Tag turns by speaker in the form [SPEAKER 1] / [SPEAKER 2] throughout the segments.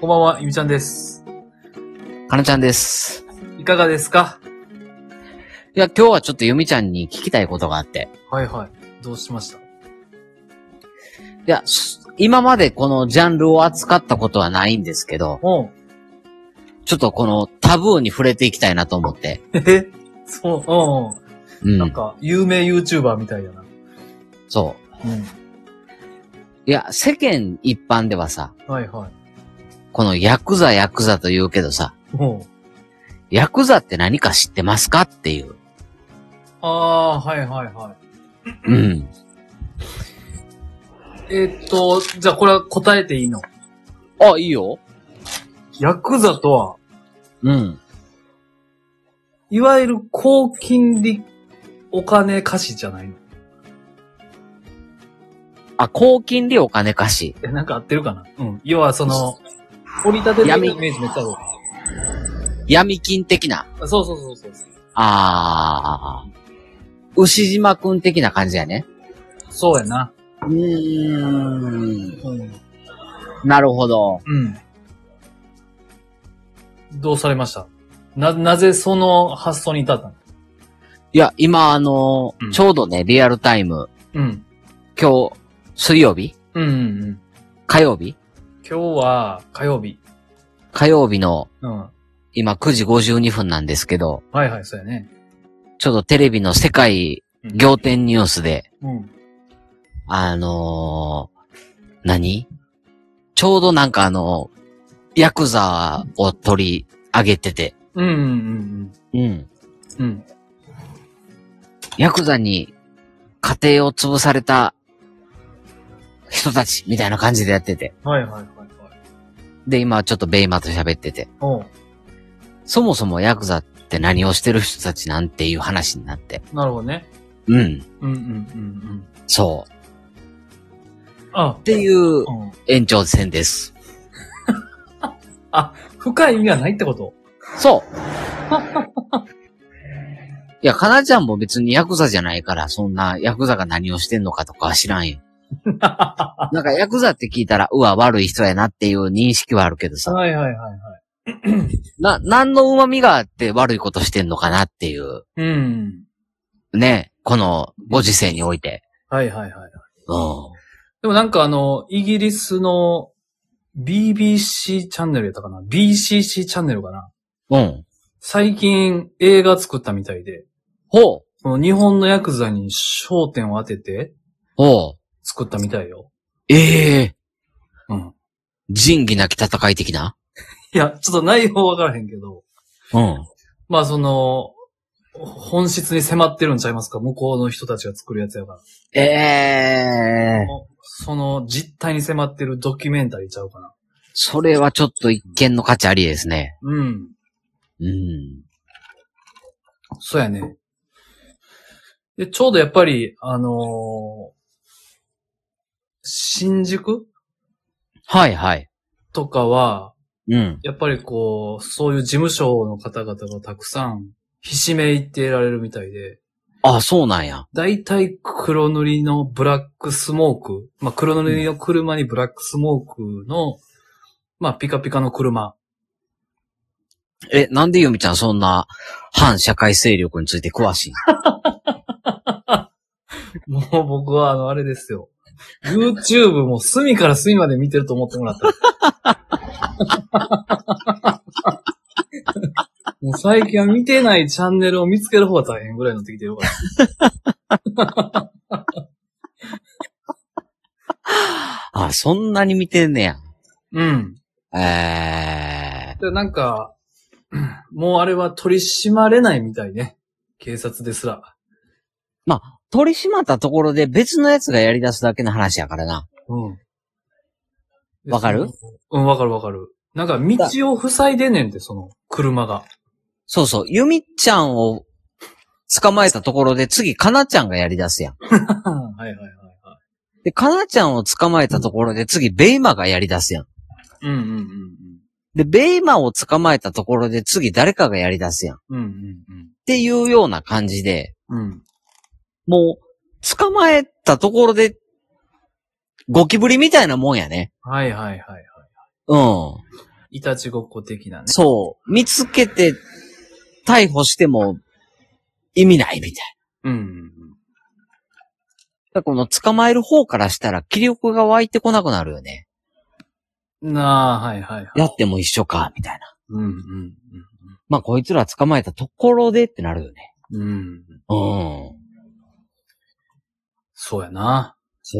[SPEAKER 1] こんばんは、ゆみちゃんです。
[SPEAKER 2] かなちゃんです。
[SPEAKER 1] いかがですか
[SPEAKER 2] いや、今日はちょっとゆみちゃんに聞きたいことがあって。
[SPEAKER 1] はいはい。どうしました
[SPEAKER 2] いや、し今までこのジャンルを扱ったことはないんですけど、
[SPEAKER 1] うん。
[SPEAKER 2] ちょっとこのタブーに触れていきたいなと思って。
[SPEAKER 1] えそう、うん
[SPEAKER 2] う
[SPEAKER 1] うん。なん
[SPEAKER 2] ん。
[SPEAKER 1] か、有名 YouTuber みたいやな。
[SPEAKER 2] そ
[SPEAKER 1] うん。
[SPEAKER 2] う。いや、世間一般ではさ、
[SPEAKER 1] はいはい。
[SPEAKER 2] このヤクザヤクザと言うけどさ、
[SPEAKER 1] うん。
[SPEAKER 2] ヤクザって何か知ってますかっていう。
[SPEAKER 1] あー、はいはいは
[SPEAKER 2] うん。
[SPEAKER 1] い。えーっと、じゃあこれは答えていいの
[SPEAKER 2] あ、いいよ。
[SPEAKER 1] ヤクザとは、
[SPEAKER 2] うん。
[SPEAKER 1] いわゆる高金利お金貸しじゃないの
[SPEAKER 2] あ、高金利お金貸し。
[SPEAKER 1] え、なんか合ってるかなうん。要はその、折り立てのイメージめっちゃあるわ
[SPEAKER 2] 闇金的な。
[SPEAKER 1] あそうそうそうそう。
[SPEAKER 2] あー。牛島くん的な感じやね。
[SPEAKER 1] そうやな。
[SPEAKER 2] うーん。
[SPEAKER 1] うん。
[SPEAKER 2] なるほど。
[SPEAKER 1] うん。どうされましたな、なぜその発想に至ったの
[SPEAKER 2] いや、今、あのー
[SPEAKER 1] うん
[SPEAKER 2] ちょうどね、リアルタイム、
[SPEAKER 1] うん。
[SPEAKER 2] 今日、水曜日
[SPEAKER 1] うんうんうん。
[SPEAKER 2] 火曜日
[SPEAKER 1] 今日は火曜日。
[SPEAKER 2] 火曜日の、
[SPEAKER 1] うん。は
[SPEAKER 2] 今9時52分なんですけど、
[SPEAKER 1] いはい、そうやね。
[SPEAKER 2] ちょうどテレビの世界
[SPEAKER 1] うん
[SPEAKER 2] 仰天ニュースで、
[SPEAKER 1] うん。
[SPEAKER 2] あのー何ちょうどなんかあの、ヤクザを取り上げてて、
[SPEAKER 1] うんうんうん
[SPEAKER 2] うん。
[SPEAKER 1] うん。うん。
[SPEAKER 2] ヤクザに家庭を潰された人たちみたいな感じでやってて。
[SPEAKER 1] はいはいはいはい。
[SPEAKER 2] で、今ちょっとベイマと喋ってて。
[SPEAKER 1] おう
[SPEAKER 2] そもそもヤクザって何をしてる人たちなんていう話になって。
[SPEAKER 1] なるほどね。
[SPEAKER 2] うん。
[SPEAKER 1] うんうんうんうん。
[SPEAKER 2] そう。
[SPEAKER 1] あ
[SPEAKER 2] っ、ていう
[SPEAKER 1] うん。
[SPEAKER 2] 延長戦です。
[SPEAKER 1] あ、深い意味はないってこと
[SPEAKER 2] そう。 いや、かなちゃんも別にヤクザじゃないから、そんなヤクザが何をしてんのかとかは知らんよ。
[SPEAKER 1] は
[SPEAKER 2] なんかヤクザって聞いたら、うわ、悪い人やなっていう認識はあるけど
[SPEAKER 1] い
[SPEAKER 2] さ、
[SPEAKER 1] はいはいはい。
[SPEAKER 2] な、何の旨味があって悪いことしてんのかなっていう、
[SPEAKER 1] うん。
[SPEAKER 2] ね、このご時世において。
[SPEAKER 1] はいはいはい。
[SPEAKER 2] うん。
[SPEAKER 1] でもなんかあの、イギリスの BBC チャンネルやったかな ?BCC チャンネルかな
[SPEAKER 2] うん。
[SPEAKER 1] 最近映画作ったみたいで、
[SPEAKER 2] ほう。
[SPEAKER 1] その日本のヤクザに焦点を当てて
[SPEAKER 2] ほう。
[SPEAKER 1] 作ったみたいよ。
[SPEAKER 2] ええ
[SPEAKER 1] うん。
[SPEAKER 2] 仁義なき戦い的ない
[SPEAKER 1] や、ちょっと内容わからへんけど、
[SPEAKER 2] うん。
[SPEAKER 1] まあその、本質に迫ってるんちゃいますか向こうの人たちが作るやつやから。
[SPEAKER 2] ええ
[SPEAKER 1] その実態に迫ってるドキュメンタリーちゃうかな。
[SPEAKER 2] それはちょっと一見の価値ありですね。
[SPEAKER 1] うん。
[SPEAKER 2] うん。
[SPEAKER 1] そうやね。で、ちょうどやっぱり、あのー新宿
[SPEAKER 2] はいはい。
[SPEAKER 1] とかは、
[SPEAKER 2] うん。
[SPEAKER 1] やっぱりこう、そういう事務所の方々がたくさん、ひしめいてられるみたいで、
[SPEAKER 2] あ、そうなんや。
[SPEAKER 1] だいたい黒塗りのブラックスモーク、まあ黒塗りの車にブラックスモークの、まあピカピカの車。
[SPEAKER 2] え、なんでゆみちゃんそんな反社会勢力について詳 しい
[SPEAKER 1] もう僕はあの、あれですよ。YouTube も隅から隅まで見てると思ってもらった。 もう最近は見てないチャンネルを見つける方が大変ぐらいになってきてるから。
[SPEAKER 2] あ、そんなに見てんね
[SPEAKER 1] うん。
[SPEAKER 2] や。ええ
[SPEAKER 1] で、なんか、 もうあれは取り締まれないみたいね。警察ですら。
[SPEAKER 2] 取り締まったところで別のやつがやり出すだけの話やからな。
[SPEAKER 1] うん。
[SPEAKER 2] わかる
[SPEAKER 1] そのうん、わかるわかる。なんか道を塞いでんねんって、その車 が。
[SPEAKER 2] そうそう。ゆみちゃんを捕まえたところで次、かなちゃんがやり出すやん。
[SPEAKER 1] はいはいはいは
[SPEAKER 2] で、かなちゃんを捕まえたところで次、ベイマがやり出すやん。
[SPEAKER 1] い。うんうん
[SPEAKER 2] で、ベイマを捕まえたところで次誰かがやり出すやん。っ
[SPEAKER 1] うんうん。うんうん
[SPEAKER 2] ていうような感じで、
[SPEAKER 1] うん。うん。
[SPEAKER 2] もう、捕まえたところで、ゴキブリみたいなもんやね。
[SPEAKER 1] はいはいはいはい。
[SPEAKER 2] うん。
[SPEAKER 1] いたちごっこ的なね。
[SPEAKER 2] そう。見つけて、逮捕しても、意味ないみたいな。
[SPEAKER 1] うん。
[SPEAKER 2] だからこの捕まえる方からしたら気力が湧いてこなくなるよね。
[SPEAKER 1] なあ、はいはいはい。
[SPEAKER 2] やっても一緒か、みたいな。
[SPEAKER 1] うんうん
[SPEAKER 2] まあこいつら捕まえたところでってなるよね。
[SPEAKER 1] うん。うん。
[SPEAKER 2] うん。
[SPEAKER 1] そうやな。
[SPEAKER 2] そ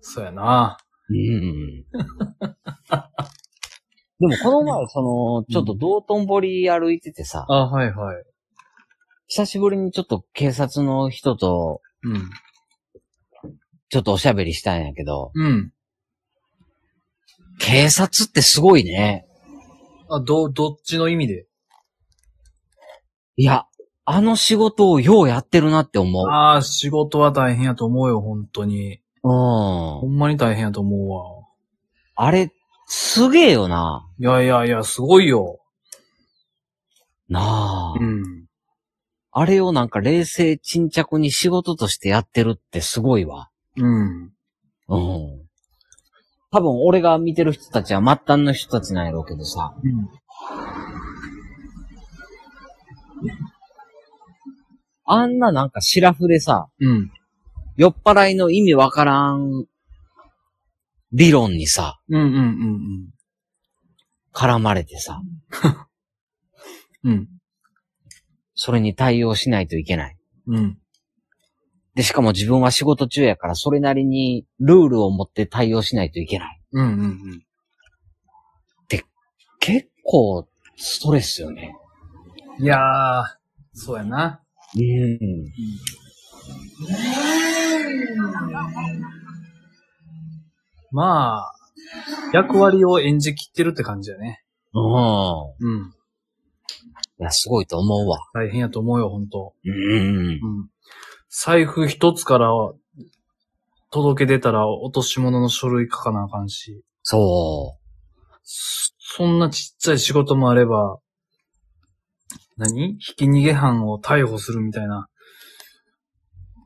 [SPEAKER 1] そうやな。
[SPEAKER 2] う。うん。でもこの前、その、ちょっと道頓堀歩いててさ、
[SPEAKER 1] あ、はいはい。
[SPEAKER 2] 久しぶりにちょっと警察の人と、
[SPEAKER 1] うん。
[SPEAKER 2] ちょっとおしゃべりしたんやけど、
[SPEAKER 1] うん。
[SPEAKER 2] 警察ってすごいね。
[SPEAKER 1] あ、ど、どっちの意味で
[SPEAKER 2] いや、あの仕事をようやってるなって思う。
[SPEAKER 1] ああ、仕事は大変やと思うよ、本当に。ほ
[SPEAKER 2] うん。
[SPEAKER 1] んまに大変やと思うわ。
[SPEAKER 2] あれ、すげえよな。
[SPEAKER 1] いやいやいや、すごいよ。
[SPEAKER 2] なあ。
[SPEAKER 1] うん。
[SPEAKER 2] あれをなんか冷静沈着に仕事としてやってるってすごいわ。
[SPEAKER 1] うん。
[SPEAKER 2] うん。多分俺が見てる人たちは末端の人たちなんやろうけどさ。
[SPEAKER 1] うん。
[SPEAKER 2] あんななんかシラフでさ、
[SPEAKER 1] うん。
[SPEAKER 2] 酔っ払いの意味わからん理論にさ、
[SPEAKER 1] うんうんうん
[SPEAKER 2] 絡まれてさ、
[SPEAKER 1] うん。うん。
[SPEAKER 2] それに対応しないといけない。
[SPEAKER 1] うん。
[SPEAKER 2] で、しかも自分は仕事中やから、それなりにルールを持って対応しないといけない。
[SPEAKER 1] うんうんうん。
[SPEAKER 2] 結構、ストレスよね。
[SPEAKER 1] いやー、そうやな。
[SPEAKER 2] うん。
[SPEAKER 1] まあ、役割を演じきってるって感じやね。
[SPEAKER 2] うん。
[SPEAKER 1] うん。
[SPEAKER 2] いや、すごいと思うわ。
[SPEAKER 1] 大変やと思うよ、本当
[SPEAKER 2] うん。
[SPEAKER 1] うん。財布一つから届け出たら落とし物の書類書かなあかんし、
[SPEAKER 2] そ
[SPEAKER 1] そそんなちっちゃい仕事もあれば、何ひき逃げ犯を逮捕するみたいな、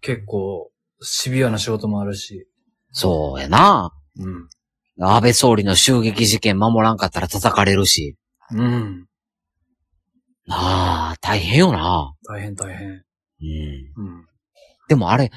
[SPEAKER 1] 結構シビアな仕事もあるし。
[SPEAKER 2] う。そうやな。
[SPEAKER 1] うん。
[SPEAKER 2] 安倍総理の襲撃事件守らんかったら叩かれるし。
[SPEAKER 1] うん。
[SPEAKER 2] なあ、大変よな。
[SPEAKER 1] 大変大変。
[SPEAKER 2] うん。
[SPEAKER 1] うん。
[SPEAKER 2] でもあれ、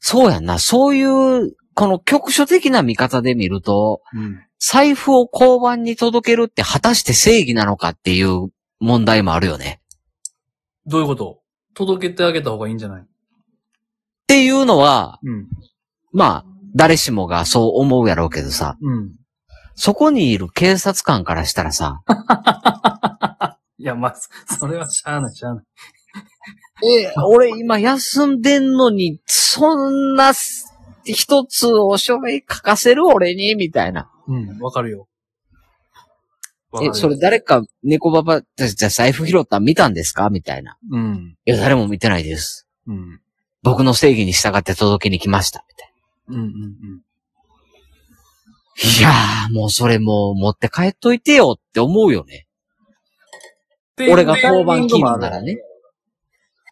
[SPEAKER 2] そうやんな。そういう、この局所的な見方で見ると、
[SPEAKER 1] うん。
[SPEAKER 2] 財布を交番に届けるって果たして正義なのかっていう問題もあるよね。
[SPEAKER 1] どういうこと届けてあげた方がいいんじゃない
[SPEAKER 2] っていうのは、
[SPEAKER 1] うん。
[SPEAKER 2] まあ、誰しもがそう思うやろうけどさ、
[SPEAKER 1] うん。
[SPEAKER 2] そこにいる警察官からしたらさ、
[SPEAKER 1] いや、まあ、そそれはしゃあない、しゃあない。
[SPEAKER 2] え、俺今休んでんのに、そんなす一つお書類書かせる俺にみたいな。
[SPEAKER 1] うん、わかるよ。わかる
[SPEAKER 2] え、
[SPEAKER 1] よ
[SPEAKER 2] それ誰か猫ババ、じゃじゃ財布拾ったん見たんですかみたいな。
[SPEAKER 1] うん。
[SPEAKER 2] いや、誰も見てないです。
[SPEAKER 1] うん。
[SPEAKER 2] 僕の正義に従って届けに来ました。みたい
[SPEAKER 1] うん、うん、うん。
[SPEAKER 2] な。いやー、もうそれもう持って帰っといてよって思うよね。俺が交番
[SPEAKER 1] 金
[SPEAKER 2] 勤務ならね。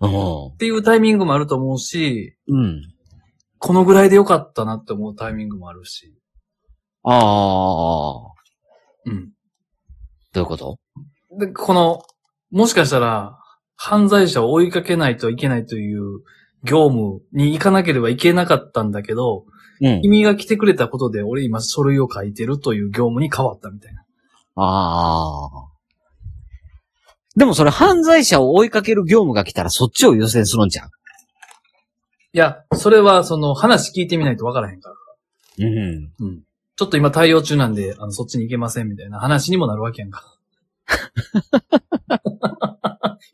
[SPEAKER 2] うん。
[SPEAKER 1] っていうタイミングもあると思うし、
[SPEAKER 2] うん。
[SPEAKER 1] このぐらいでよかったなって思うタイミングもあるし。
[SPEAKER 2] あー、ど
[SPEAKER 1] うん。
[SPEAKER 2] ういうこと
[SPEAKER 1] で、この、もしかしたら、犯罪者を追いかけないといけないという業務に行かなければいけなかったんだけど、
[SPEAKER 2] うん。
[SPEAKER 1] 君が来てくれたことで俺今書類を書いてるという業務に変わったみたいな。
[SPEAKER 2] ああ。でもそれ犯罪者を追いかける業務が来たらそっちを優先するんじゃん。
[SPEAKER 1] いや、それはその話聞いてみないとわからへんから。
[SPEAKER 2] うん。
[SPEAKER 1] うん。ちょっと今対応中なんで、あの、そっちに行けませんみたいな話にもなるわけやん か。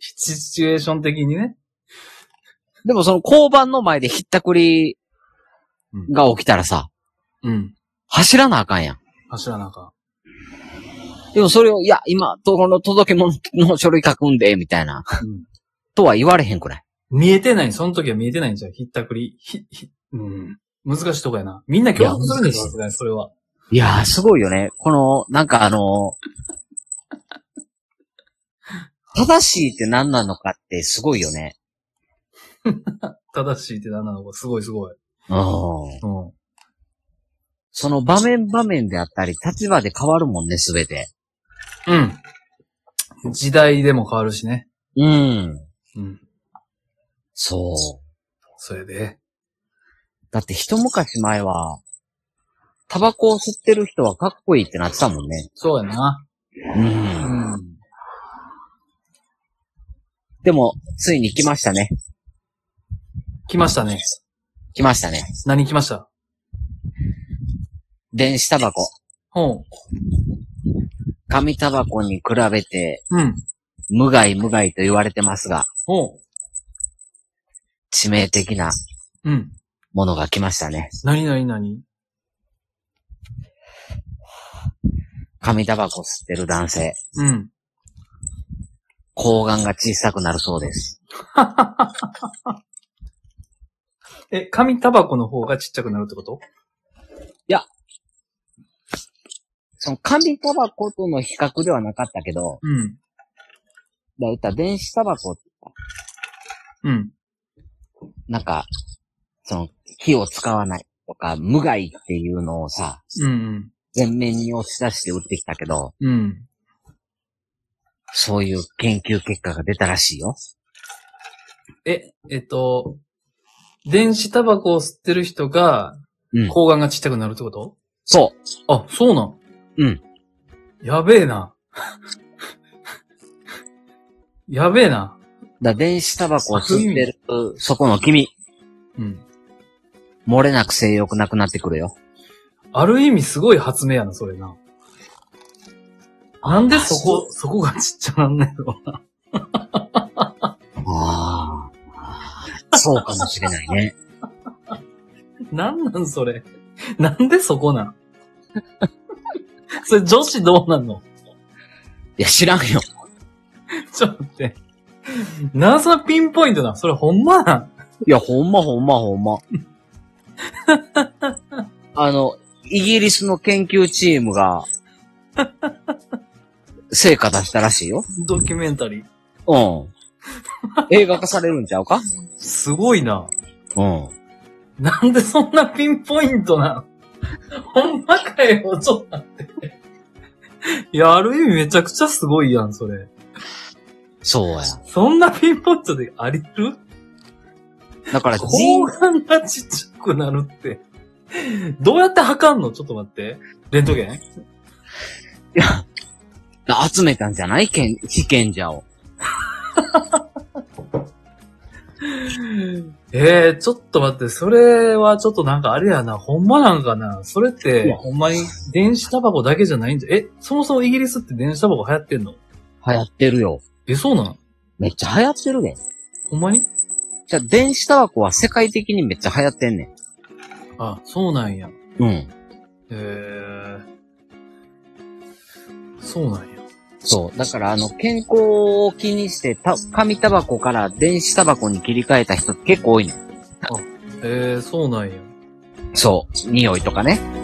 [SPEAKER 1] シチュエーション的にね。
[SPEAKER 2] でもその交番の前でひったくり
[SPEAKER 1] うん。
[SPEAKER 2] が起きたらさ、
[SPEAKER 1] うん。
[SPEAKER 2] 走らなあかんやん。
[SPEAKER 1] 走らなあか
[SPEAKER 2] でもそれを、いや、今、とこの届け物の書類書くんで、みたいな、
[SPEAKER 1] ん。うん。
[SPEAKER 2] とは言われへんくない。
[SPEAKER 1] 見えてない。その時は見えてないんじゃん。ひったくり。ひ、ひ、うん。難しいとこやな。みんな協力するんでしょ
[SPEAKER 2] いや
[SPEAKER 1] さすがにそれは。
[SPEAKER 2] いやー、すごいよね。この、なんかあのー正しいって何なのかってすごいよね。
[SPEAKER 1] 正しいって何なのか。すごいすごい。
[SPEAKER 2] うん。
[SPEAKER 1] うん。
[SPEAKER 2] その場面場面であったり、立場で変わるもんね、すべて。
[SPEAKER 1] うん。時代でも変わるしね。
[SPEAKER 2] うん。
[SPEAKER 1] うん。
[SPEAKER 2] そう。
[SPEAKER 1] それで。
[SPEAKER 2] だって一昔前は、タバコを吸ってる人はかっこいいってなってたもんね。
[SPEAKER 1] そうやな。
[SPEAKER 2] う。
[SPEAKER 1] うんん。
[SPEAKER 2] でも、ついに来ましたね。
[SPEAKER 1] 来ましたね。
[SPEAKER 2] 来ましたね。
[SPEAKER 1] 何来ました
[SPEAKER 2] 電子タバコ。
[SPEAKER 1] ほ
[SPEAKER 2] 紙タバコに比べて、
[SPEAKER 1] う。うん。
[SPEAKER 2] 無害無害と言われてますが、
[SPEAKER 1] ほ
[SPEAKER 2] 致命的な
[SPEAKER 1] う。うん。
[SPEAKER 2] ものが来ましたね。
[SPEAKER 1] 何何何
[SPEAKER 2] 紙タバコ吸ってる男性、
[SPEAKER 1] うん。
[SPEAKER 2] 睾丸が小さくなるそうです。
[SPEAKER 1] え、紙タバコの方がちっちゃくなるってこと
[SPEAKER 2] その紙タバコとの比較ではなかったけど、
[SPEAKER 1] うん。
[SPEAKER 2] だいた電子タバコ、
[SPEAKER 1] うん。
[SPEAKER 2] なんか、その、火を使わないとか、無害っていうのをさ、
[SPEAKER 1] うん。
[SPEAKER 2] 全面に押し出して売ってきたけど、
[SPEAKER 1] うん。
[SPEAKER 2] そういう研究結果が出たらしいよ。
[SPEAKER 1] え、えっと、電子タバコを吸ってる人が、
[SPEAKER 2] うん
[SPEAKER 1] 睾丸がちっちゃくなるってこと、
[SPEAKER 2] そ
[SPEAKER 1] あ、そうなん。
[SPEAKER 2] うん。
[SPEAKER 1] やべえな。 やべえな。
[SPEAKER 2] う。だ電子タバコを吸ってる、そこの君、
[SPEAKER 1] うん。
[SPEAKER 2] 漏れなく性欲なくなってくるよ。
[SPEAKER 1] ある意味すごい発明やな、それな。なんでそこ、そこがちっちゃなんねんの
[SPEAKER 2] ああ。そうかもしれないね。
[SPEAKER 1] なんなんそれ。なんでそこなん それ女子どうなんの
[SPEAKER 2] いや、知らんよ。
[SPEAKER 1] ちょっと待って。なんそのピンポイントなそれほんまなん
[SPEAKER 2] いや、ほんまほんまほん ま。あの、イギリスの研究チームが、成果出したらしいよ。
[SPEAKER 1] ドキュメンタリー。
[SPEAKER 2] うん。映画化されるんちゃうか
[SPEAKER 1] すごいな。
[SPEAKER 2] うん。
[SPEAKER 1] なんでそんなピンポイントなん ほんまかよ、ちょっと待って。いや、ある意味めちゃくちゃすごいやん、それ。
[SPEAKER 2] そうや。
[SPEAKER 1] そんなピンポイントでありる
[SPEAKER 2] だから人、
[SPEAKER 1] 後半がちっちゃくなるって。どうやって測んのちょっと待って。レントゲン
[SPEAKER 2] 集めたんじゃない権被験者を。
[SPEAKER 1] ええちょっと待って、それはちょっとなんかあれやな、ほんまなんかな。それっ
[SPEAKER 2] い
[SPEAKER 1] て、
[SPEAKER 2] や
[SPEAKER 1] ほんまに電子タバコだけじゃないんじゃ、え、そもそもイギリスって電子タバコ流行ってんの
[SPEAKER 2] 流行ってるよ。
[SPEAKER 1] え、そうなん
[SPEAKER 2] めっちゃ流行ってるで。
[SPEAKER 1] ほんまに
[SPEAKER 2] じゃあ、電子タバコは世界的にめっちゃ流行ってんね
[SPEAKER 1] あ、そうなんや。
[SPEAKER 2] ん。うん。
[SPEAKER 1] ええそうなんや。
[SPEAKER 2] そう。だから、あの、健康を気にして、た、紙タバコから電子タバコに切り替えた人結構多いね。
[SPEAKER 1] ええそうなんや。
[SPEAKER 2] そう。匂いとかね。